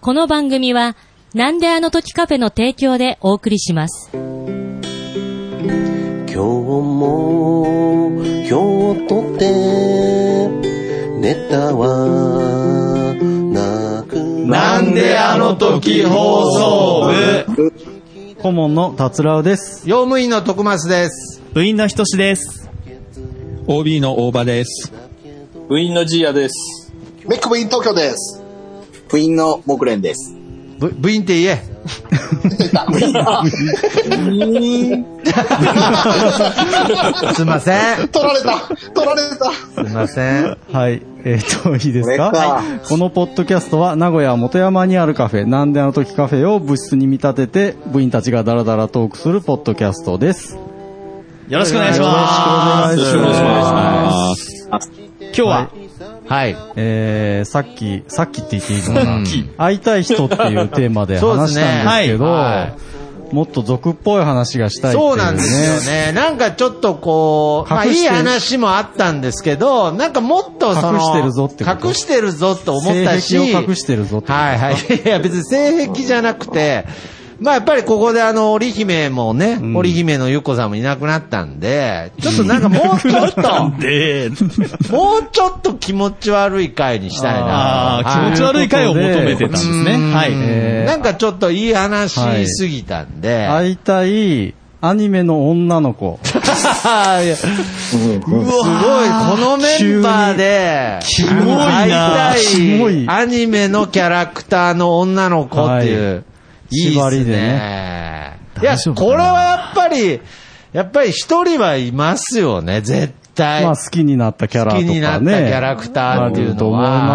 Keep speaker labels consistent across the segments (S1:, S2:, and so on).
S1: この番組は、なんであの時カフェの提供でお送りします。
S2: 今日も今日とてネタはなく
S3: なんであの時放送部
S4: 顧問の達郎です。
S3: 用務員の徳松です。
S4: 部員のひとしです。
S3: OB の大場です。
S5: 部員のジーヤです。
S6: メック部員東京です。部員の木蓮です。
S3: 部部員って 言え。すいません。
S6: 取られた取られた
S3: すいません。
S4: はい。えーっと、いいですか
S6: これか
S4: はいこのポッドキャストは、名古屋元山にあるカフェ、なんであの時カフェを部室に見立てて、部員たちがダラダラトークするポッドキャストです。
S7: よろしくお願いします。
S4: よろしくお願いしますよろしくお願いし
S7: ます。今日は、
S3: はい。
S4: えー、さっき、さっきって言っていいのかな会いたい人っていうテーマで
S3: そうで
S4: 話し
S3: すね
S4: たんですけど、
S3: は
S4: もっと俗っぽい話がしたいってい
S3: そ
S4: う、ね。
S3: うなんですよね。なんかちょっとこう、まあい
S4: 隠
S3: い
S4: して
S3: 話もあったんですけど、なんかもっとその、
S4: 隠してるぞってこと
S3: 隠してるぞと思ったし。
S4: 性癖を隠してるぞってこと
S3: はい はい。いや、別に性癖じゃなくて、まあやっぱりここであの、織姫もね、
S4: ん
S3: 織姫のゆ子さんもいなくなったんで、ちょっとなんかもうちょっと、
S7: で、
S3: もうちょっと気持ち悪い回にしたいな。
S7: あ
S3: は
S7: ー
S3: い
S7: 気持ち悪い回を求めてたんですね。
S3: うん
S7: はい。
S4: えー
S3: なんかちょっといい話すぎたんで。
S4: 会いたいアニメの女の子。
S3: いやすごい、このメンバーで、
S4: 急にキモいなキモ
S3: 会い
S4: い
S3: たいアニメのキャラクターの女の子っていう、、
S4: はい
S3: いっ
S4: 縛
S3: す
S4: りで
S3: ね。いや、
S4: 大丈夫かな
S3: これはやっぱり、やっぱり一人はいますよね、絶対。
S4: まあ好きになったキャラと
S3: 好
S4: か
S3: き
S4: ね。
S3: になったキャラクターっていうのは。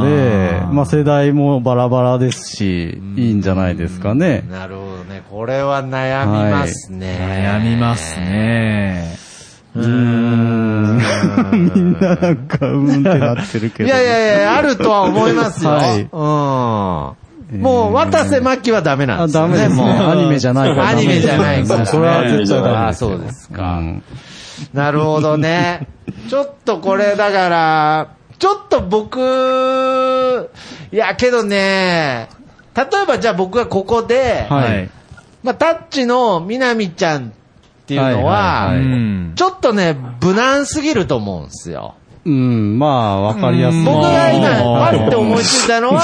S4: あると思いますので、まあ世代もバラバラですし、いいんじゃないですかね。
S3: なるほどね。これは悩みますね。
S7: 悩みます。ね。
S3: うーん。
S4: みんななんか、うんってなってるけ
S3: い
S4: ど。
S3: やいやいや、あるとは思いますよ。
S4: はい
S3: うん。もう、渡瀬真希はダメなん
S4: あ
S3: ですよ
S4: ダ
S3: ね。
S4: メですね。
S3: もう
S4: アニメじゃないから。
S3: アニメじゃないから。
S4: それは絶対ダメ
S3: あ
S4: で
S3: ー
S4: すよ。
S3: そうですか
S4: う。ん
S3: なるほど ね。ちょっとこれ、だから、ちょっと僕、いや、けどね、例えばじゃあ僕がここで、
S4: はい。
S3: まあ、タッチのみなみちゃんっていうのは
S4: は、い
S7: うん
S3: ちょっとね、無難すぎると思うんですよ。
S4: うん、まあ、わかりやすい。
S3: 僕が今、
S7: あ
S3: パ
S7: ー
S3: ッて思いついたのは、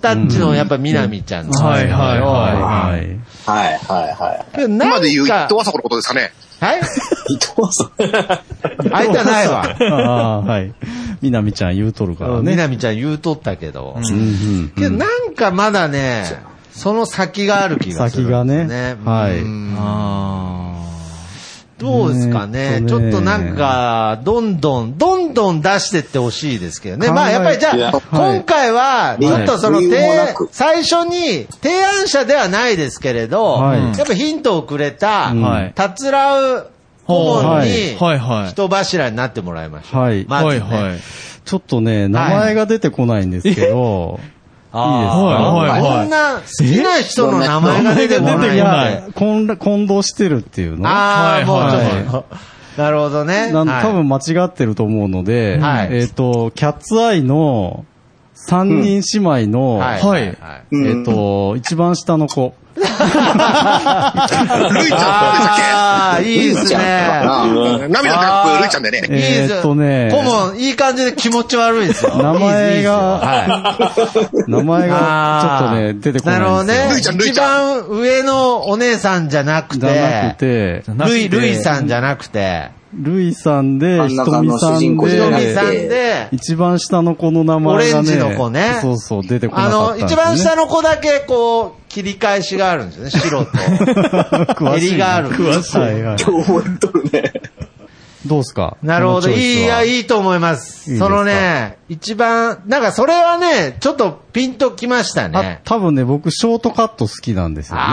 S3: タッチのやっぱみなみちゃんですよ
S7: はいはいは
S4: はい。
S6: はいはいはい。
S3: でもなんか
S6: 今で言う一等朝子のことですかね。
S3: はい
S6: 一等朝
S3: あいたないわ。
S4: ああー、はい。みなみちゃん言うとるから
S3: み
S4: ね。
S3: なみちゃん言うとったけど。
S4: うんうん
S3: けどなんかまだね、その先がある気がする、
S4: 先がねはい
S3: うん
S7: あ
S3: どうですかね
S4: ねえ
S3: ち
S4: とね
S3: ょっとなんか、どんどん、どんどん出してってほしいですけどね。
S4: 考え
S3: まあやっぱりじ
S6: い
S3: ゃ
S6: や
S3: あ、今回は、ちょっとその、
S6: 理由もな
S3: 提
S6: く
S3: 最初に提案者ではないですけれど、
S4: はい
S3: やっぱヒントをくれた
S4: うん
S7: はい、
S3: たつらう顧問に
S7: ー、はいはい。
S3: 人柱になってもらいましょう。
S4: はい。
S3: まず
S7: は
S3: ね
S7: いはい。
S4: ちょっとね、名前が出てこないんですけど、
S3: あ
S7: はいはいはい
S3: こんな好きな人の名前が出てこ
S7: え
S3: ないい。
S4: い
S7: やは
S4: や、混乱混同してるっていうの
S3: ああ、もう
S7: はい
S3: ちょっと。なるほどね。
S4: なん
S3: はい
S4: 多分間違ってると思うので、
S3: はい
S4: えっ、と、キャッツアイの三人姉妹の、
S3: はい。
S7: はい
S3: はい
S4: えっ、と、一番下の子。
S6: ルイちゃん
S3: ああ、いいですね。
S6: どうでしたっけ涙のカップルイちゃんだよ
S3: いい
S6: ね。
S3: です
S4: えーっとね
S3: 顧問、いい感じで気持ち悪いですよ。
S4: 名前
S3: いいですいいですよ
S4: が、名前がちょっとね、出てこない
S3: なるほど
S4: んですよ
S3: ね。
S6: ルイちゃんルイ
S3: 一
S6: ちゃ
S3: 番上のお姉さんじゃなく
S4: じゃなく
S3: て、
S4: て、
S3: ルイ、ルイさんじゃなくて、
S4: ルイさんで、ひとみさん
S3: ひとみ
S4: で、
S3: さんで、
S4: 一番下の子の名前が
S3: オレ
S4: ね、
S3: ンジの子ね
S4: そうそう、出てこ
S3: あ
S4: なか
S3: の、
S4: ったんです
S3: 一
S4: よね、
S3: 番下の子だけこう、切り返しがあるんですよね、白と。
S4: 詳しい
S3: 襟
S4: ね
S3: がある
S4: 詳しい。はいはいどうすか
S3: なるほど。
S4: このチョイ
S3: いい、い
S4: スは
S3: や、いいと思いま
S4: いい
S3: す。
S4: ですか
S3: そのね、一番、なんかそれはね、ちょっとピンときました
S4: あ
S3: ね、。
S4: 多分ね、僕、ショートカット好きなんですよね。
S3: あ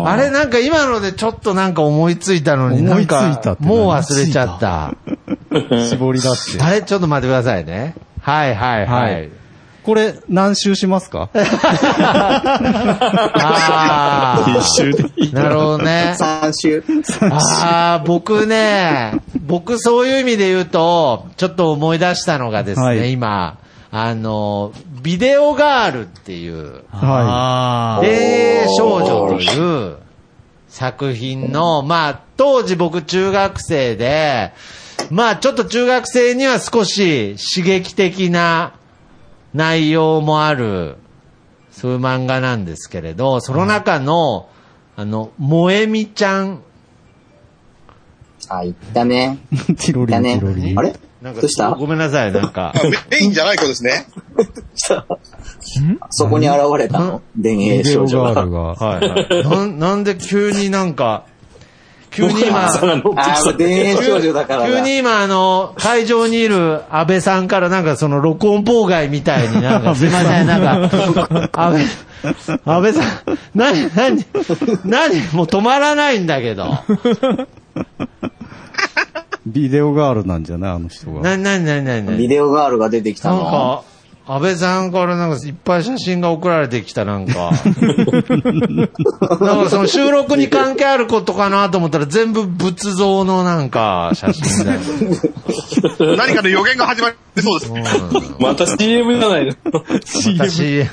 S6: あ
S3: ああれなんか今のでちょっとなんか思いついたのに、
S4: 思いついたって
S3: なんかもう忘れちゃった。
S4: はい。絞り出して。
S3: あれちょっと待ってくださいね。はいはいは
S4: はい い。これ、何周します か
S3: ああ。 なるほどね。
S8: 三週。
S3: ああ、僕ね、僕そういう意味で言うと、ちょっと思い出したのがですね、
S4: はい
S3: 今、あの、ビデオガールっていう、
S7: あー
S3: 霊少女という作品の、まあ、当時僕中学生で、まあ、ちょっと中学生には少し刺激的な内容もある、そういう漫画なんですけれど、その中の、あの、萌えみちゃん。
S6: あ、行ったね。
S4: チロ
S6: 行っ
S4: リ
S6: た
S4: ン、
S6: ね
S4: チロリ。ン。
S6: あれ
S3: なんか
S6: どうした
S3: ごめんなさい、なんか。
S8: メインじゃない子ですね。
S6: そこに現れたの電影
S4: ビデ
S6: 少
S4: オ
S6: 女
S4: ガー
S6: が
S4: ル。が。
S3: はいはい。なん、なんで急になんか、急に今、
S5: 朝が乗って
S6: あ
S5: き
S6: ー、
S5: た。
S6: 電影少女だから
S3: 急
S6: だ。
S3: に今、あの、会場にいる安倍さんからなんかその録音妨害みたいに なんか、すいません、なんか、安倍、安倍さん、なに、なに、なに、もう止まらないんだけど。
S4: ビデオガールなんじゃないあの人が。
S3: なになになになにな
S6: ビ
S3: に
S6: デオガールが出てきた
S3: なん
S6: の。
S3: か、安倍さんからなんかいっぱい写真が送られてきた、なんか。なんかその収録に関係あることかなと思ったら全部仏像のなんか写真だよ。
S8: 何かの予言が始まってそうです。
S5: また CM じゃないですか。
S3: 私、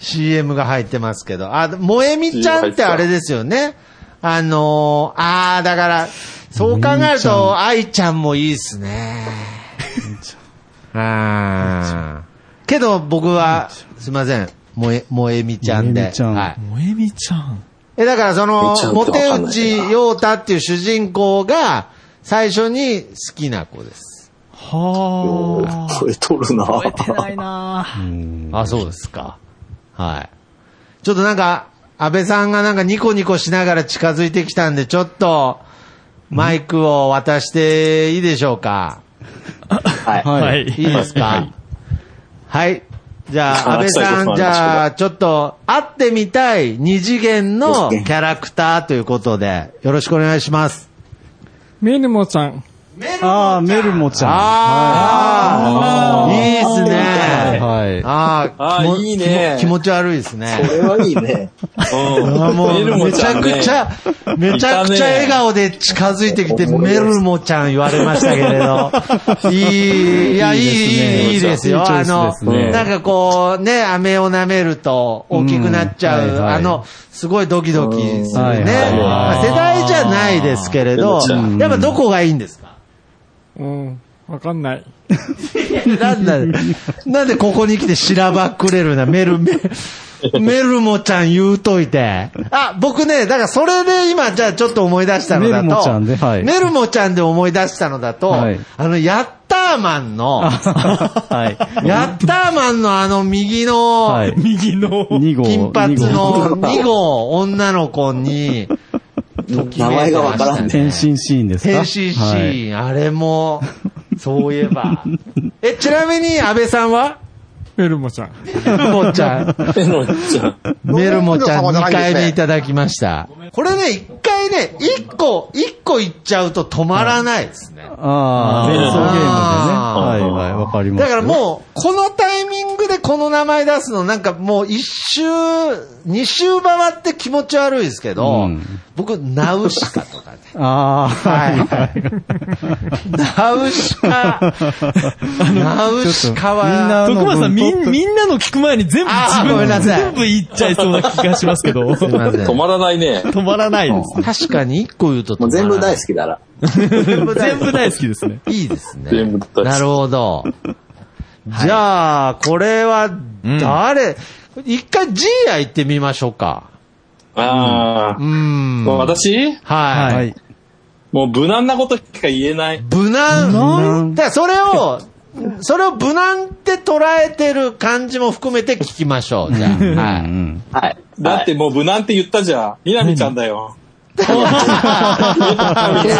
S3: CM が入ってますけど。あ、萌えみちゃんってあれですよね。あのー、あー、だから、そう考えると、愛ちゃんもいいっすね。あー。けど僕は、すいません。萌え、萌えみちゃんで。
S4: 萌えみちゃん
S3: はい。
S7: 萌えみちゃん。
S3: え、だからその
S6: めちゃ、
S3: モ
S6: くちゃ
S3: テ
S6: わかんないな
S3: 内陽太っていう主人公が、最初に好きな子です。
S7: はあ。
S6: 声取るな。
S7: 覚えてないなぁ
S3: あ、そうですか。はい。ちょっとなんか、安倍さんがなんかニコニコしながら近づいてきたんで、ちょっと、マイクを渡していいでしょうか。
S6: は
S4: はい。
S7: はい。
S3: いいですか。はい。じゃあ、安
S5: あ
S3: 倍さ
S5: そ
S3: ん、
S5: うです
S3: じゃあ、ちょっと、会ってみたい二次元のキャラクターということで、よろしくお願いします。
S9: メルモちゃん。
S4: ああ、メルモちゃん。
S3: ああ、いいです
S4: はい。
S3: ね。
S4: はい。
S3: あ
S5: あー
S3: ー気も
S5: いいね
S3: 気も気持ち悪いです
S6: い。こ
S3: ね。
S6: れはいいね。
S3: あーも
S5: メル
S3: う
S5: モ
S3: めち
S5: ち
S3: ゃ
S5: ゃん
S3: く
S5: ね
S3: ちゃ、めちゃくちゃ笑顔で近づいてきて、メルモちゃん言われましたけれど。いい、いや、いい、いいいいですよ。
S4: いいチョ
S3: あ
S4: イス
S3: の
S4: です、ね
S3: なんかこう、ね、飴を舐めると大きくなっちゃ
S4: う
S3: う、
S4: んはいはい
S3: あの、すごいドキドキする
S4: うん
S3: ね。
S4: はいはい
S3: まあ世代じゃないですけれ
S5: メル
S3: ど
S5: モちゃ、ん
S3: やっぱどこがいいんですか
S9: うん。わかんない。
S3: なんだ、なんでここに来てしらばくれるな、メル、メル、メルモちゃん言うといて。あ、僕ね、だからそれで今、じゃあちょっと思い出したのだと。
S4: メルモちゃんではい
S3: メルモちゃんで思い出したのだと、
S4: はい
S3: あの、ヤッターマンの、
S4: はい。
S3: ヤッターマンのあの右の、
S4: はい。
S7: 右の。
S4: 2号。
S3: 金髪
S4: 二号
S3: の2号女の子に、
S6: 名前がわからんね。
S4: 変身シーンですか
S3: 変身シ
S4: はい
S3: ーン、あれも、そういえ ば。え、ちなみに安倍さんは
S9: メルモちゃん。
S3: メルモちゃん。
S5: メルモちゃん。
S3: メルモちゃん2回目いただきました。これね、1回ね、1個、1個いっちゃうと止まらないですね。
S4: ああ、連想ゲームでね。はいはい、わかります。
S3: だからもう、このタイミングでこの名前出すの、なんかもう一周、二周回って気持ち悪いですけど、
S4: うん
S3: 僕、ナウシカとかね。
S4: ああ、
S3: は
S4: はいい
S3: は
S4: はいい。
S3: ナウシカ、ナウシカは、
S4: みんな
S7: 徳間さん、み
S4: あの
S7: ん、みんなの聞く前に全部
S3: あー
S7: 自
S3: ごめんな
S7: 分、
S3: さい
S7: 全部言っちゃいそうな気がしますけど。
S3: すい
S7: 止
S3: ません
S5: 止まらないね。
S7: まらないですね。
S3: 確かに1個言うと止ま
S6: もう全
S3: ら
S6: 部
S3: な
S6: 大
S3: い
S6: 好。きだら。
S3: 全部
S7: 全部大好きですね。
S3: いいですね。
S5: 全部大好き
S3: なるほど。じゃあ、これは誰、一回 G ア行ってみましょうか。
S5: あ
S3: う
S5: あ。
S3: ん。
S5: もう私
S3: はい。
S4: はい。
S5: もう無難なことしか言えない。
S3: 無難。
S4: 難
S3: だからそれを、それを無難って捉えてる感じも含めて聞きましょう。じゃあ。は
S4: う
S3: い。
S4: ん。
S6: はい。
S5: だってもう無難って言ったじゃん。みなみちゃんだよ。
S3: いやーみないみち
S5: や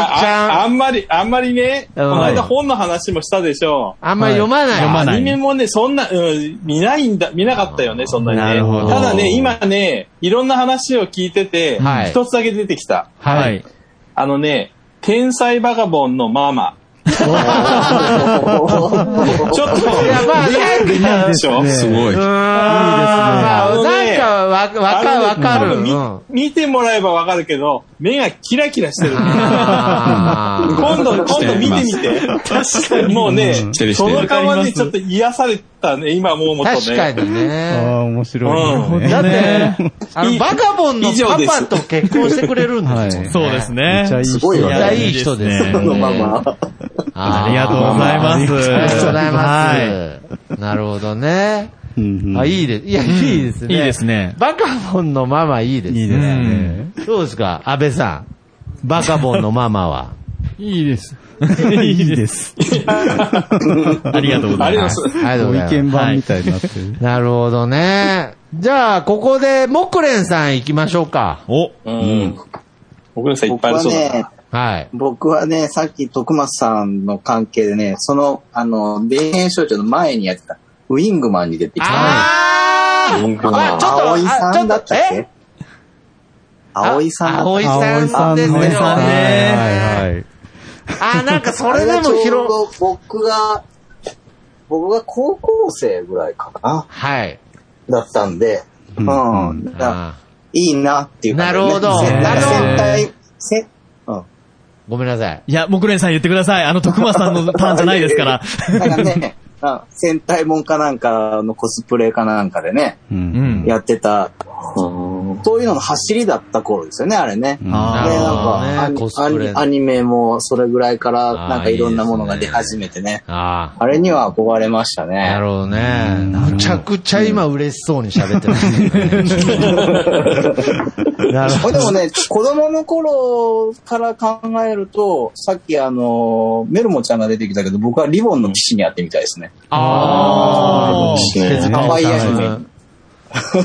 S5: あ、
S3: ゃ
S5: あ
S3: ん。
S5: んまり、あんまりね、この間本の話もしたでしょ。
S3: あんまり読まない。
S7: 読ま
S5: ア
S7: ない
S5: ニメもね、そんな、うん、見ないんだ、見なかったよね、そんなに
S7: な
S5: ね
S7: るほ。ど
S5: ただね、今ね、いろんな話を聞いてて、一、
S3: はい
S5: つだけ出てきた。
S3: はい。。
S5: あのね、天才バカボンのママ。ちょっ と、
S3: いや、まあ、なんか、
S5: でしょ
S4: すご
S3: うーんまあ、
S5: あの
S3: なん
S5: ね
S3: かわわ、わか、わか
S5: あのね
S3: る。
S5: 多分み
S3: うん
S5: 見てもらえばわかるけど、目がキラキラしてる。
S3: あー
S5: 今度、今度見てみて。もうね
S10: して、るして
S5: そ
S10: る
S5: の顔はね、ちょっと癒されたね、今もう思ったね。
S3: 確かに
S4: あ
S3: ね。
S4: あ、面白いです
S3: だ
S4: ね。
S3: って、あの、バカボンの
S5: 以上
S3: パ
S5: です
S3: パと結婚してくれるんですもん ね。
S7: そうですね
S4: めっちゃいい人
S6: すごい
S3: めっ
S6: わ
S3: ちゃいい
S6: ね。
S3: 人ですね。
S7: いやいい
S6: のママ。
S3: あー
S7: ありがとうございます。
S3: ありがとうござい
S7: は
S3: ます。なるほどね。
S4: うんうん
S3: あ、いいです。いや、いいですね。
S7: いいですね。
S3: バカボンのママいいです
S4: いい
S3: ね。
S4: ですね。
S3: どうですか安倍さん。バカボンのママは。
S9: いいです。
S4: いいです。
S7: ありがとうございます。
S3: はいありがとう
S4: ご
S3: ござ
S4: 意
S3: います。
S4: 見番みたいになってる。
S3: なるほどね。じゃあ、ここで、モクレンさん行きましょうか。
S7: お、
S5: うん。僕のさいっ
S6: 僕
S5: ぱいあり
S6: は
S5: そうだ
S6: ね
S5: な。、
S3: はい。
S6: 僕はね、さっき徳松さんの関係でね、その、あの、田園少女の前にやってた、ウィングマンに出てきた。
S3: あーあちょっと、
S6: 葵
S3: あ、ち
S6: さ
S3: ょ
S6: ん
S3: っ
S6: だっ
S3: と、
S6: たっ
S3: え
S6: け葵さんだっ
S3: 葵
S6: た
S3: さんですよ
S4: 葵さんね
S3: ね。
S4: はいはい。
S3: あ、なんかそ
S6: あ
S3: れで
S6: が
S3: も
S6: ちょう
S3: 広、
S6: ど僕が、僕が高校生ぐらいかな、
S3: はい。
S6: だったんで、
S4: う
S6: うんん。だから
S3: あ
S6: いいなっていう感じ、ね。
S3: なるほど
S6: せなんか
S3: へー
S6: 戦隊、せ、うん。
S3: ーごめんなさい。
S7: いや、木蓮さん言ってください。あの、徳間さんのターンじゃないです から。
S6: なんかね、あ戦隊もんかなんかのコスプレかなんかでね、
S4: う。
S7: うんん。
S6: やってた、そういうのの走りだった頃ですよね、あれね。で、
S7: あ
S6: な
S7: ー
S6: ん
S3: な
S6: か、ア
S3: るほどねコスプ
S6: ニ
S3: レ
S6: アニアニメもそれぐらいから、
S3: あー
S6: なんかいろんなものが出始めてね。
S3: あ
S6: あれには憧れました
S3: あ。な
S6: ね
S3: る。ほどね。むちゃくちゃ今嬉しそうに喋ってますね。 なる
S6: こ
S3: ほ
S6: れでもね、子供の頃から考えると、さっきあの、メルモちゃんが出てきたけど、僕はリボンの騎士にやってみたいですね。
S3: ああ。手塚
S6: ハワイア
S3: 治
S6: ン
S3: 虫。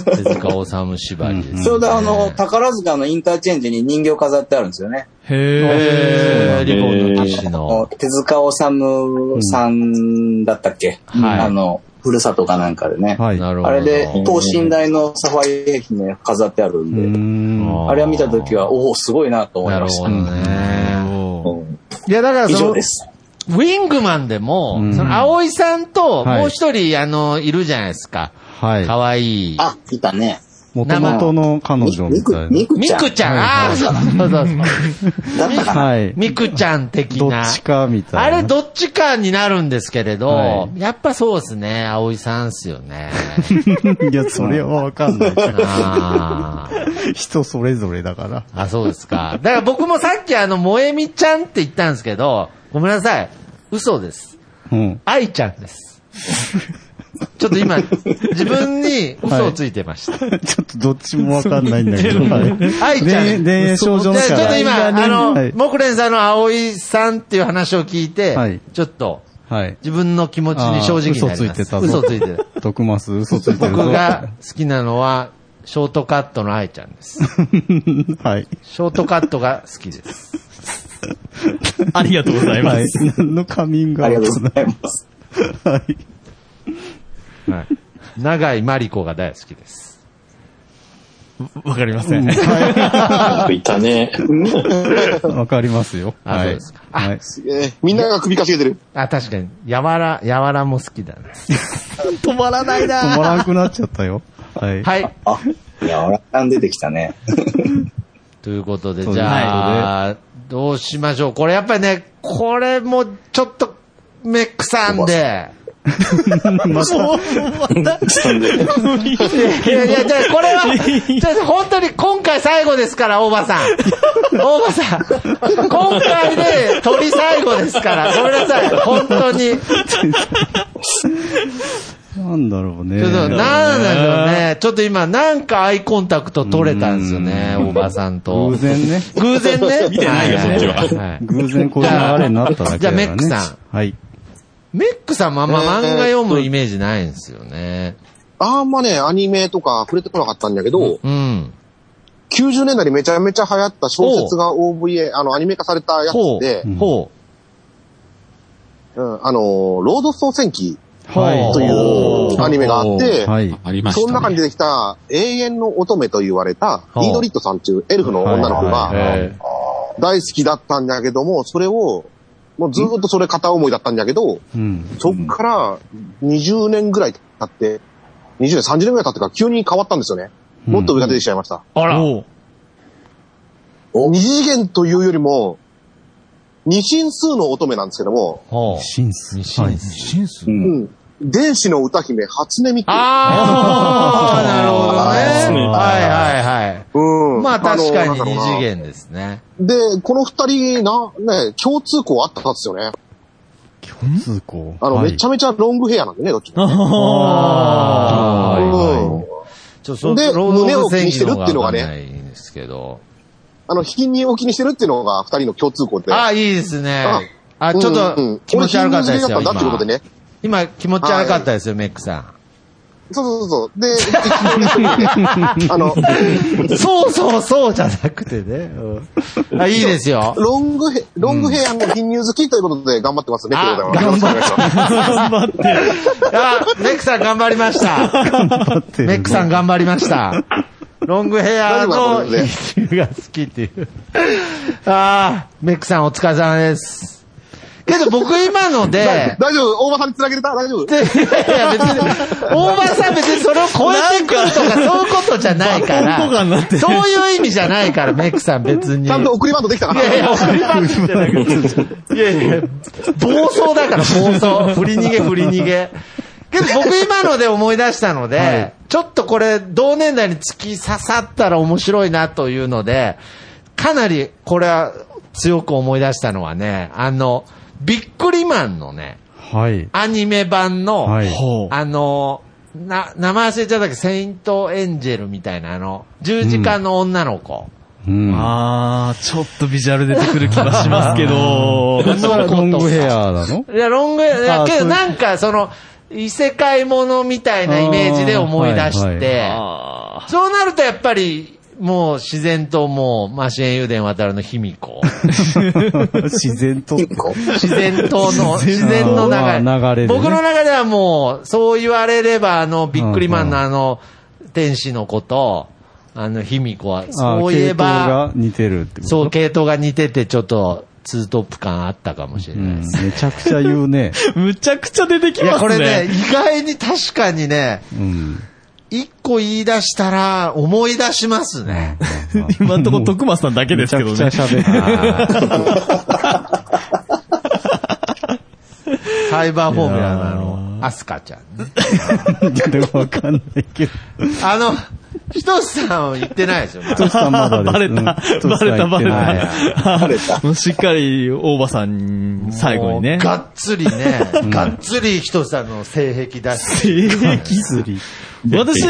S3: 手塚治虫縛りです。
S6: ちょうどあの、宝塚のインターチェンジに人形飾ってあるんですよね。
S3: へー、リボンの騎士
S6: あの
S3: の。
S6: 手塚治虫さんだったっけ、
S3: はい
S6: あの、ふるさとかなんかでね。
S4: はい。
S3: なるほど。
S6: あれで、等身大のサファイア姫飾ってあるんで、
S4: うん。
S6: あれを見たときは、おお、すごいなと思い
S3: なる
S6: まし
S3: ほ
S6: た。
S3: どね。いや、だから
S6: 以
S3: そ
S6: 上
S3: の
S6: で、す。
S3: ウィングマンでも、
S4: うん
S3: その、葵さんと、
S4: はい
S3: もう一人、あの、いるじゃないですか。
S4: はい。
S3: 可愛い。
S6: あ、いたね。
S4: 元々の彼
S6: み
S4: 女みたいな。
S6: みく
S3: ミ
S6: ちゃん
S3: クちゃん、ああ、そうそうそう。
S6: だったかな。
S4: はい。
S3: ミクちゃん的
S4: ど
S3: な
S4: っ。ちかみた
S3: あ
S4: いな。
S3: れ、どっちかになるんですけれど、
S4: は
S3: やっぱそうですね、葵さんっすよね。
S4: いや、それはわかんない。
S3: あー
S4: 人それぞれだから。
S3: あ、そうですか。だから僕もさっきあの、萌美ちゃんって言ったんですけど、ごめんなさい。嘘です。
S4: うん。
S3: 愛ちゃんです。ちょっと今、自分に嘘をついてました。
S4: ちょっとどっちもわかんないん だけど。はい
S3: 愛ちゃん。
S4: 恋愛少女
S3: じ
S4: の
S3: ゃあちょっと
S4: キャ
S3: 今、
S4: ラ
S3: あの、
S4: はい
S3: 木蓮さんの葵さんっていう話を聞いて、
S4: はい
S3: ちょっと
S4: はい。
S3: 自分の気持ちに正直になります。
S4: あー嘘ついてたぞ
S3: 嘘ついてた。
S4: 徳マス嘘ついてる
S3: 僕
S4: ぞ。
S3: が好きなのは、ショートカットの愛ちゃんです。
S4: はい。
S3: ショートカットが好きです。
S7: ありがとうございま
S4: はい
S7: す。。
S4: 何のカミング
S6: あ
S4: アウ
S6: り
S4: ト
S6: がとうございます。
S4: はい。
S3: はい。長井真理子が大好きです。
S7: わかりません。
S5: よくいたね。
S4: わかりますよ。
S3: あ
S4: は
S3: そう
S4: い
S3: ですか。
S4: はい。
S8: えーみんなが首かしげてる。
S3: あ、確かに、やわら、やわらも好きだね。
S7: 止まらないな
S4: 止まらなくなっちゃったよ。はい。
S3: はい。
S6: あ、いや、俺、あん出てきたね。
S3: ということで、
S4: そう
S3: じゃあ、どうしましょう。これやっぱりね、これもちょっと、メックさんで。いやいや、じゃあこれ は、ちょっと本当に今回最後ですから、大場さん。大場さん。今回で鳥最後ですから、ごめんなさい。本当に。
S4: なんだろうね。
S3: ちょっと、なんでしょうね。ちょっと今、なんかアイコンタクト取れたんですよね、
S4: うん
S3: 大場さんと。
S4: 偶。然ね。
S3: 偶然ね。見て
S7: ないよそっちは
S3: は。
S4: 偶然こういう流れになっただけ
S3: じ
S4: だからね。
S3: ゃあじゃあメックさ
S4: はい。
S3: メックさんもあんま漫画読むイメージないんですよね。
S8: あんまね、アニメとか触れてこなかったんだけど、
S3: うん。
S8: 90年代にめちゃめちゃ流行った小説が OVA、あの、アニメ化されたや
S3: ほ
S8: つ
S3: う
S8: で、
S4: ん、
S3: ほ
S8: うんあの、ロード総選記
S3: う。
S4: はい。
S8: とい
S3: ほ
S8: うアニメがあって、
S4: はい。
S10: ありまし
S8: その
S10: た
S8: 中
S10: ね。
S8: に出てきた永遠の乙女と言われた
S3: ほう
S8: リードリットさんっていうエルフの女の子
S4: はい
S8: が
S4: はい
S3: え
S8: 大好きだったんだけども、それを、もうずーっとそれ片思いだったんだけど、
S4: うん。
S8: そっから20年ぐらい経って、20年、30年ぐらい経ってから急に変わったんですよね。
S4: う
S8: もっと上が出てきちゃいました。
S7: あら。おう
S8: 二次元というよりも、二進数の乙女なんですけども、
S3: ほう。
S4: シンス。はい。
S7: 真数
S8: うん。電子の歌姫、初音ミク。
S3: ああ、なるほどね。
S5: あ
S3: はいはいはい。
S8: うん。
S3: まあ確かに
S8: の
S3: 二次。元ですね。
S8: なんだろうなで、この二人、な、ね、共通項あったんですよね。
S4: 通行。
S8: あの、
S4: はい
S8: めちゃめちゃロングヘアなんでね、どっちも。
S3: あ
S8: うん
S3: ちょっと
S8: で
S3: 労働
S8: 胸
S3: の
S8: を気に
S3: 線議
S8: してる
S3: の
S8: っ
S3: 方が
S8: ていうの
S3: わか
S8: が
S3: ん
S8: ね
S3: ないんですけど。
S8: あの、否認を気にしてるっていうのが二人の共通項で。
S3: ああ、いいですね
S8: あ。
S3: あ、
S8: うん
S3: ちょっ
S8: うん
S3: と気持ち悪かったですよ。
S8: 俺貧乏人間だったんだっていうことでね。
S3: 今、今気持ち悪かったですよ、メックさ
S8: そうそうそう。で、 適当にしてるんであの、
S3: ん。そうそうそうじゃなくてね。うんあ、いいですよ。
S8: ロングヘ、ロングヘアの貧乳好きということで頑張ってますね、
S3: あ
S8: ということでよろしくお願いします。
S3: あ、メックさん頑張りました。メックさん頑張りました。ロングヘア
S8: 大
S3: の
S8: 丈夫かこれで
S3: 品種が好きっていう。ああ、メックさんお疲れ様です。けど僕今 ので、
S8: 大丈夫大場さんに繋げれた大丈夫
S3: いやいや別に、大場さん別にそれを超えてくるとかそういうことじゃないから、
S7: バカになってる
S3: そういう意味じゃないから、メックさん別に。
S8: ちゃんと送りバントできたか
S3: い
S8: な
S3: やいや、送りバントじゃなくて。いやいや、暴走だから暴走。 振り逃げ振り逃げ。けど僕今ので思い出したので、
S4: はい
S3: ちょっとこれ同年代に突き刺さったら面白いなというので、かなりこれは強く思い出したのはね、あの、ビックリマンのね、
S4: はい。
S3: アニメ版の、
S4: はい。
S7: ほう。
S3: あの、な、名前忘れちゃったけど、セイントエンジェルみたいな、あの、十字架の女の子。
S4: うん。
S7: あー、ちょっとビジュアル出てくる気がしますけ ど。
S4: ロングヘアな の
S3: いや、ロング、いや
S4: あ
S3: け
S4: そ
S3: ど
S4: う
S3: なんかその、異世界ものみたいなイメージで思い出して、
S4: あー
S7: あ
S4: は
S3: そうなるとやっぱり、もう自然ともう、マシエン油田渡るの卑弥 呼。
S4: 自然と。
S3: 自然との、自然の流れ。
S4: まあ流れでね
S3: 僕の中ではもう、そう言われれば、あの、ビックリマンのあの、天使の子と、あの、卑弥呼は、
S4: あ
S3: そういえ
S4: 系統
S3: ば、
S4: が似てるってこと
S3: そう、系統が似てて、ちょっと、ツートップ感あったかもしれ
S4: う
S3: ない
S4: ん。
S3: で
S4: め
S3: す。
S4: ちゃくちゃ言うね。
S7: ー。むちゃくちゃ出てき
S3: い
S7: ま
S3: や、こ
S7: す
S3: れね、
S7: ね。
S3: 意外に確かにね、
S4: うん。
S3: 一個言い出したら思い出しますね。
S7: 今んとこ徳松さんだけで
S4: めち
S7: す
S4: ゃ
S7: けど
S4: くちゃ
S7: ね。
S4: 喋ってる。
S3: サイバーフォーミュラの、アスカちゃんね。
S4: でもわかんないけど。
S3: あの、ひとしさんは言ってないですよ。まだ
S4: トシさんまだです。
S7: バレた
S4: うん
S7: バレたバレ。
S4: トシさん言ってない
S7: た。 もうしっかり、大場さん、最後にね
S3: もう。がっつりね、がっつりひとしさんの性癖出し
S7: 性癖私、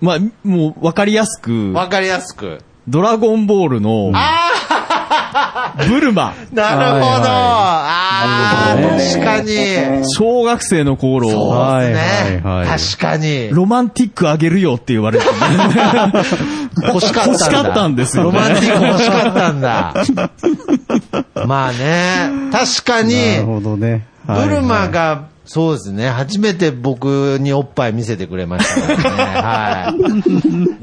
S7: まあ、もう、わかりやすく
S3: て、、わかりやすく。
S7: ドラゴンボールの、ブルマ、
S3: なるほど。あ
S4: なるほど
S3: あ、
S4: ね
S3: 確かに。
S7: 小学生の頃、
S3: そうで
S4: は
S3: すね
S4: いはいはい。
S3: 確かに。
S7: ロマンティックあげるよって言われてね、
S3: 欲しかったんだ。
S7: 欲しかったん ですよ
S3: ロ
S7: ね
S3: マンティック欲しかったんだ。まあね、確かに、
S4: なるほどね。はい
S3: ブルマ。が、そうですね、初めて僕におっぱい見せてくれましたからね。 は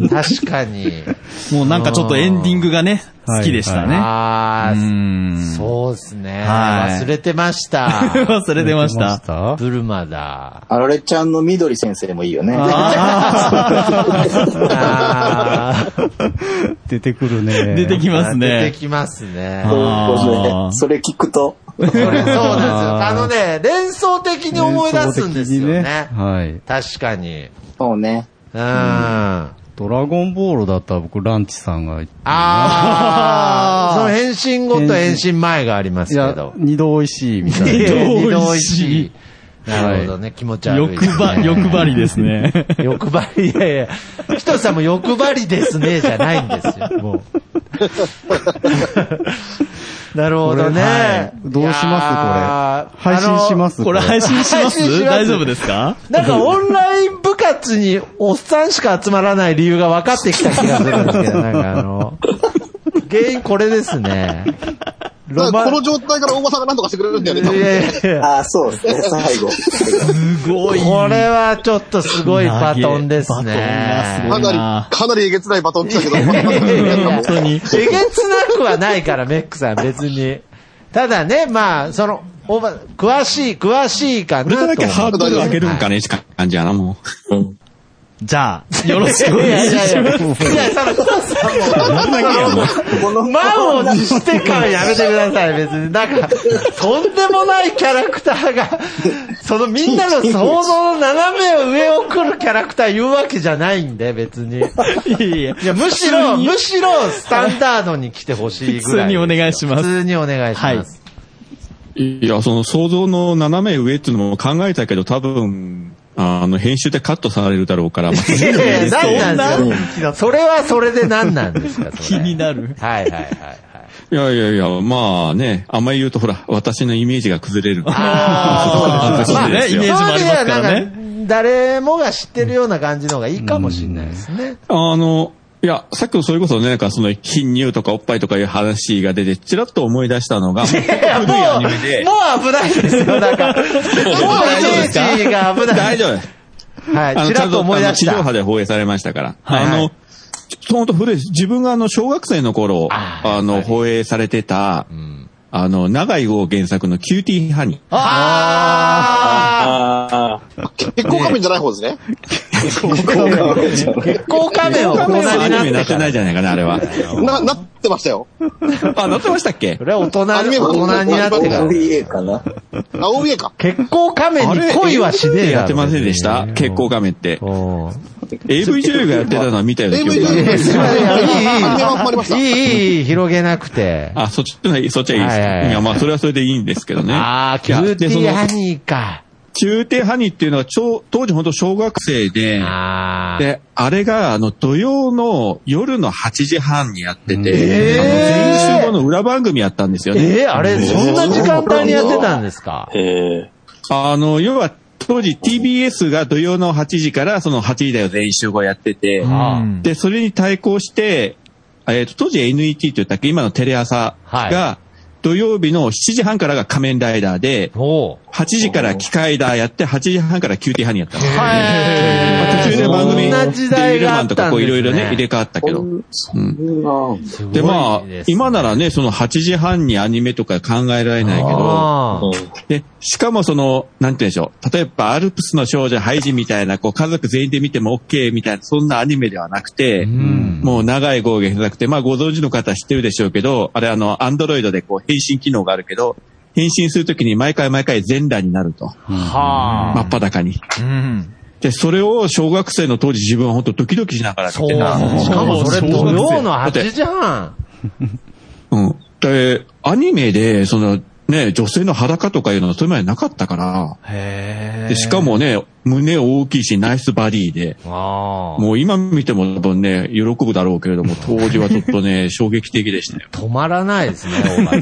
S3: い。確かに。
S7: もうなんかちょっとエンディングがね、
S4: はい
S7: 好きでした ね。
S3: あ
S7: うー
S3: あ、
S7: ん。
S3: そうですね。
S7: はい
S3: 忘れてま した。
S7: 忘れてました。
S4: た
S3: ブルマだ。
S6: あられちゃんの緑先生もいいよね。
S3: あー
S4: 出てくるね。
S7: 出てきます
S3: 出
S7: ね
S3: て。きますね。
S7: あー
S6: それ聞くと、
S3: それそうなんですよ。
S4: あー
S3: あのね、連想的に思い出すんですよね。
S4: 連想的にはい。
S3: 確かに。
S6: そうね。
S3: うん。あ
S4: ドラゴンボールだったら僕、ランチさんが、い
S3: あー、その変身後と変身前がありますけ
S4: や
S3: ど、。
S4: 二度美味しい みたい
S7: い
S4: な
S7: や。
S3: 二度
S7: 美
S3: 美味
S7: 味
S3: し
S7: し
S3: い
S7: い。
S3: なるほどね、気持ち悪いで
S7: 欲
S3: すね。
S7: 張、欲張りですね。
S3: 欲張り、いやいや、ひとさんも欲張りですね、じゃないんですよ、 もう。なるほど
S4: これは
S3: ね
S4: い。どうします
S3: こ
S4: 配信します
S7: これ配信しま
S3: 配信し
S7: す
S3: ます
S7: 大丈夫ですか
S3: なんかオンライン部活におっさんしか集まらない理由が分かってきた気がするんです けど、なんかあの、原因これですね。
S8: だ
S3: ロ
S8: から
S3: マ
S8: こ
S3: ン、
S8: の状態から大場さんが何とかしてくれるんだよね、多
S3: い
S8: 分。
S3: やいやいや
S6: ああ、そうですね、最 後。
S7: すごい。
S3: これはちょっとすごいバトンですね。
S7: 投げバトンがすご
S8: か
S7: い
S8: なり、かなりえげつないバトン来たけど、
S7: 本当に。
S3: えげつなくはないから、メックさん、別に。ただね、まあ、その、おば、詳しい、詳しいかなと。
S10: どれだけハードル上げるんかね、しか感じやな、もう。
S7: じゃあ、よろしくお願いします。
S3: いや、その、 満を持してからやめてください、別に。なんか、とんでもないキャラクターが、そのみんなの想像の斜めを上を来るキャラクター言うわけじゃないんで、別に。
S7: いやい
S3: いや、むしろ、むしろ、スタンダードに来てほしい
S7: や、普
S3: ぐら
S7: 通
S3: い。
S7: にお願いしま
S3: 普
S7: す。
S3: 通にお願いします。
S10: いや、その想像の斜め上っていうのも考えたけど、多分、あの、編集でカットされるだろうから、まあ
S3: いやいや、なんなんですかそれはそれで何なんですかそ
S7: 気
S3: れ
S7: になる。
S3: はいはいはいはい。
S10: いやいやいや、まあね、あんまり言うとほら、私のイメージが崩れる。
S3: あーそうですね
S10: まあ
S7: ねイメージもありますから
S3: そ
S7: ね
S3: ういう意味ではなんか誰もが知ってるような感じの方がいいかもしれないですね。
S10: あの、いや、さっきのそれこそね、なんかその、貧乳とかおっぱいとかいう話が出て、ちらっと思い出したのが、古いアニメで。
S3: もう危ないですよ、なんか。もうイメージが危な
S10: 大
S3: い。
S10: 丈夫です。
S3: はい、ち
S10: ち
S3: ら
S10: ゃ
S3: っ
S10: ん
S3: と思い
S10: あ
S3: 出
S10: の地
S3: し
S10: 上波
S3: た。
S10: で放映されましたから。
S7: はいはい
S10: あの、ほんと古いです。自分があの、小学生の頃、
S3: あ
S10: あ
S3: ーや
S10: の、
S3: っぱり
S10: 放映されてた、
S3: ん
S10: あの、長井豪原作のキューティーハニー。
S3: あ
S5: あ
S8: 結構仮面じゃない方ですね。
S3: あ月光仮面を大人
S10: ア
S3: に
S10: ニメに
S3: な
S10: な
S3: っ
S10: ってて
S3: か
S10: な
S3: ら
S10: い。じゃないかな、あれは。
S8: な、なってましたよ。
S10: あ、なってましたっけ
S3: それは大人、
S8: アニメ版
S3: 大人になってから。
S6: OVA かな。
S8: あ、OBA か。
S3: 結光仮面に恋はしね
S10: や
S3: えだ
S10: っ
S3: ろ
S10: てませんでした結構画面って。
S3: おー
S10: AV 女優がやってたのは見たような記
S8: AV
S10: 憶が
S8: が
S10: あ
S8: い
S10: る
S8: いです
S3: い
S8: よ。
S3: やいやいい
S8: アニメ版もありました。
S3: いい、いい、広げなくて。
S10: あ、そっちの、そっちはいいです。
S3: はい
S10: い
S3: はいはい
S10: や、まあ、それはそれでいいんですけどね。
S3: ああ、キューティーハニーか。
S10: 中帝ハニーっていうのは、ちょう当時本当小学生で、
S3: あー
S10: で、あれが、あの、土曜の夜の8時半にやってて、あ
S3: えー
S10: の前週後の裏番組やったんですよね。
S3: えー、あれ、そんな時間帯にやってたんですか
S5: あ。へえ。
S10: あの、要は、当時 TBS が土曜の8時からその8時だよ全員集合やってて、
S3: あー
S10: で、それに対抗して、えっ、と、当時 NET と言ったっけ、今のテレ朝
S3: はい
S10: が、土曜日の7時半からが仮面ライダーで、
S3: お
S10: 8時から機械ダーやって、8時半からキューティーハニーやったの。
S3: はい
S10: 途中で番組、
S3: そんな時代があっ
S10: デビルマ
S3: たんですね
S10: ンとかこういろいろね、入れ替わったけど。うんで、まあ、今ならね、その8時半にアニメとか考えられないけど、
S3: ど。
S10: で、しかもその、なんて言うんでしょう。例えば、アルプスの少女ハイジみたいな、こう、家族全員で見ても OK みたいな、そんなアニメではなくて、
S3: うん。
S10: もう長い号原作で、まあご存知の方は知ってるでしょうけど、あれあの、アンドロイドでこう変身機能があるけど、変身するときに毎回毎回全裸になると。
S3: は
S10: 真っ裸に。
S7: うん。
S10: で、それを小学生の当時自分は本当ドキドキしながら
S3: そ
S10: 見
S3: う。
S10: て。
S3: したかもそれ土曜の
S10: だって
S3: 8時半。
S10: うん。で、アニメで、その、ね、女性の裸とかいうのはそれまでなかったから、
S7: へ
S10: でしかもね、胸大きいし、ナイスバディで、
S3: ああ。
S10: もう今見ても多分ね、喜ぶだろうけれ ども、当時はちょっとね、衝撃的でしたよ。
S3: 止まらないですね、大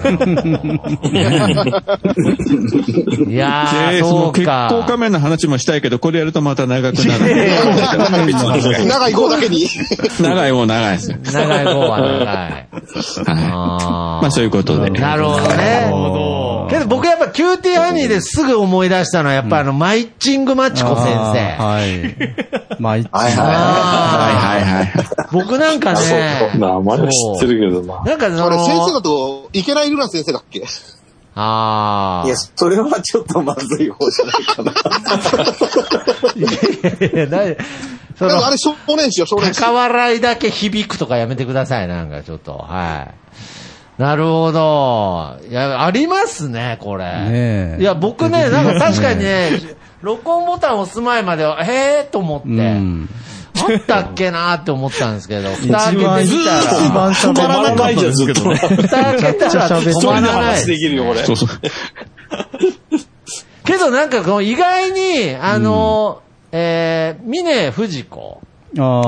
S3: 型いやー、
S10: で、そ
S3: そ
S10: の
S3: う
S10: 結構
S3: か
S10: 仮。面の話もしたいけど、これやるとまた長 くなる。別の機会
S8: 長い号だけに。
S10: 長いもん長いですよ。
S3: 長い方は長い。
S10: はい。
S3: あ
S10: まあそういうことで。
S3: なるほどね。けど僕やっぱキューティーハニーですぐ思い出したのはやっぱあのマイチングマチコ先
S4: あー
S3: 生。
S4: はい。まあ、一
S6: はいはい
S10: はい
S3: あ
S10: はいはい。
S3: ー僕なんかね。
S5: 名前は知ってるけどな。
S3: なんかそ
S8: あれ、先生
S3: の、
S8: だと、いけないルナ先生だっけ
S3: ああ。
S6: いや、それはちょっとまずい方じゃないかな。
S3: いや、ないそ
S8: で
S3: の
S8: もあ、れ、少年誌よ、少年誌。
S3: 高笑いだけ響くとかやめてください、なんかちょっと。はい。なるほど。いや、ありますね、これ。
S4: ねえ
S3: いや、僕 ね、なんか確かにね、録音ボタン押す前までは、へえーと思って、
S4: うん
S3: あったっけなーって思ったんですけ ど、蓋開けて
S4: 番
S3: みたら、
S4: 番喋
S5: 止まらないじゃん、ずっと。
S3: 蓋開けたら止まらない。
S5: 話できるよ、これ。
S10: そうそう。
S3: けどなんかこう意外に、あの、えー、峰藤子。
S4: ああ、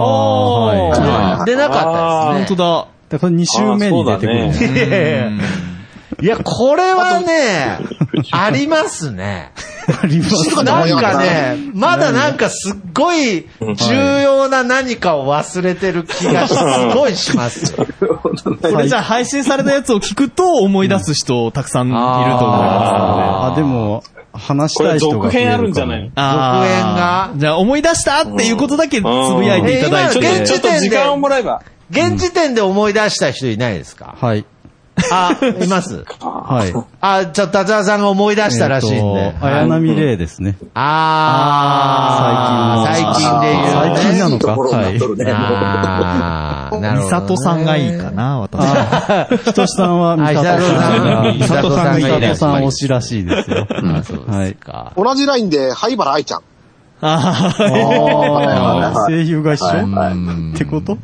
S4: はい。
S10: あー
S3: 出なかった
S7: 本
S3: ですね。
S7: 当だ。
S4: で、これ2周目に出てくるんです
S3: い
S4: ね。
S3: やいやいや、これは ね、ありますね。
S4: あります
S8: 静か
S3: なん
S8: な
S3: かね、まだなんかすっごい重要な何かを忘れてる気がすごいします。
S7: これじゃあ配信されたやつを聞くと思い出す人たくさんいると思いますので。
S4: あ、でも、話し
S5: こ
S4: た
S5: れ
S4: い人
S5: 続
S4: が増える
S5: 編あ
S4: かも。
S5: るんじゃないの
S7: あー
S3: 続編が
S7: じゃあ思い出したっていうことだけつぶやいていただい
S5: ち
S7: て。
S5: ょっと、ちょっと時
S3: 現時点で
S5: 間をもらえば。
S3: 現時点で思い出した人いないですか
S4: はい。
S3: あ、います
S4: はい。
S3: あ、ちょ、っと達田さんが思い出したらしいんで。
S4: えっと綾波レイですね。
S3: あー、最近で言う、ね。
S4: 最近な
S6: とるね。
S3: あーなるほどね
S7: 美里さんがいいかな、私。
S4: ひとしさんは
S3: あ、
S4: 三
S3: 久
S4: 里
S3: 里さん
S4: さ
S3: が、
S4: ん。
S3: 久里さんがいい
S4: 三
S3: ね
S4: 里さん推しらしいですよ。
S3: あそうですか。
S8: 同じラインで、灰原愛ちゃん。
S7: ああ、
S4: あー声優が一緒
S3: う
S4: っ
S3: ん
S4: てこと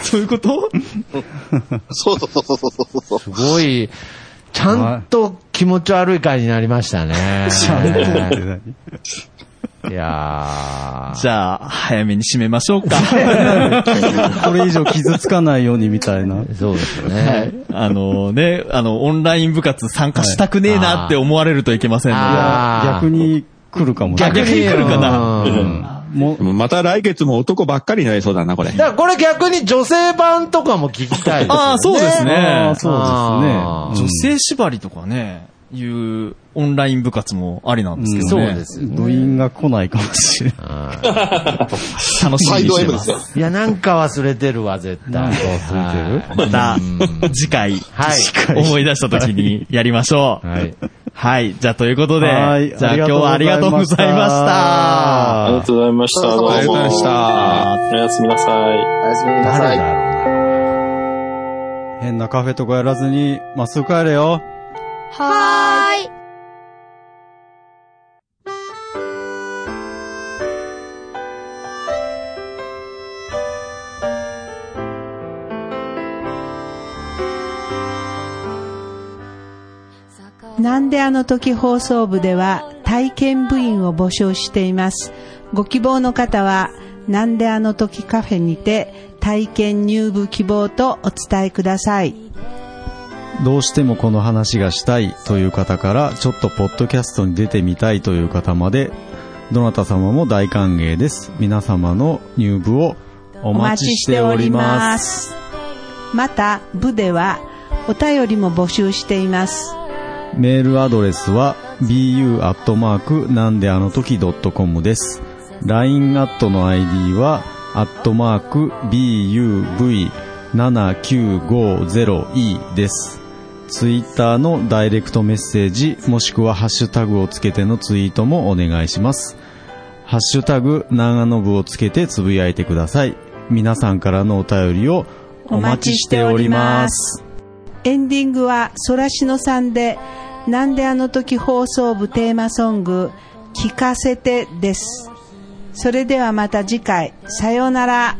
S7: そういうこと
S8: そうそうそうそうそうそう。
S3: すごい、ちゃんと気持ち悪い回になりましたね。
S4: ちゃんとって何
S3: いや
S7: じゃあ、早めに締めましょうか。
S4: これ以上傷つかないようにみたいな。
S3: ーそうですね。
S7: あのね、あの、オンライン部活参加したくねえなって思われるといけませんので。
S3: あー
S4: 逆に来るかもしれない。
S7: 逆に来るかな
S3: うん
S4: も
S10: もうまた来月も男ばっかりになりそうだな、これ
S3: だ。からこれ逆に女性版とかも聞きたいです、ね。
S7: ああ、そうですね
S4: あー。そうですね。
S7: 女性縛りとかね、いうオンライン部活もありなんですけど
S3: そう
S7: ね。
S3: ですよね。
S4: 部員が来ないかもしれない。
S7: 楽し
S8: サ
S7: み
S8: イ
S7: に
S8: ド
S7: して
S8: M で
S7: ま
S8: す
S7: す
S8: よ。。
S3: いや、なんか忘れてるわ、絶対。
S4: なんか忘れてる
S7: また
S3: う、ん
S7: 次回、
S3: はい
S7: 思い出した時にやりましょう。
S3: はい。
S7: はい。じゃあ、ということで、
S4: はい
S7: じゃあ今日はありがとうございました。
S5: ありがとうございました。どうも
S8: ありがとうございま
S10: した
S5: おやすみなさい。
S8: おやすみなさい。
S4: 変なカフェとかやらずに、まっすぐ帰れよ。
S11: なんであの時放送部では体験部員を募集しています。ご希望の方は、なんであの時カフェにて体験入部希望とお伝えください。
S4: どうしてもこの話がしたいという方から、ちょっとポッドキャストに出てみたいという方まで、どなた様も大歓迎です。皆様の入部をお
S11: お
S4: 待ちしております。
S11: す。また、部ではお便りも募集しています。
S4: メールアドレスは bu アットマークなんであの時 .com です。LINE アットの ID はアットマーク buv7950e です。ツイッターのダイレクトメッセージもしくはハッシュタグをつけてのツイートもお願いします。ハッシュタグ長野部をつけてつぶやいてください。皆さんからのお便りをお待ちしております。
S11: エンディングはソラシノさんで、なんであの時放送部テーマソング、聞かせてです。それではまた次回、さようなら。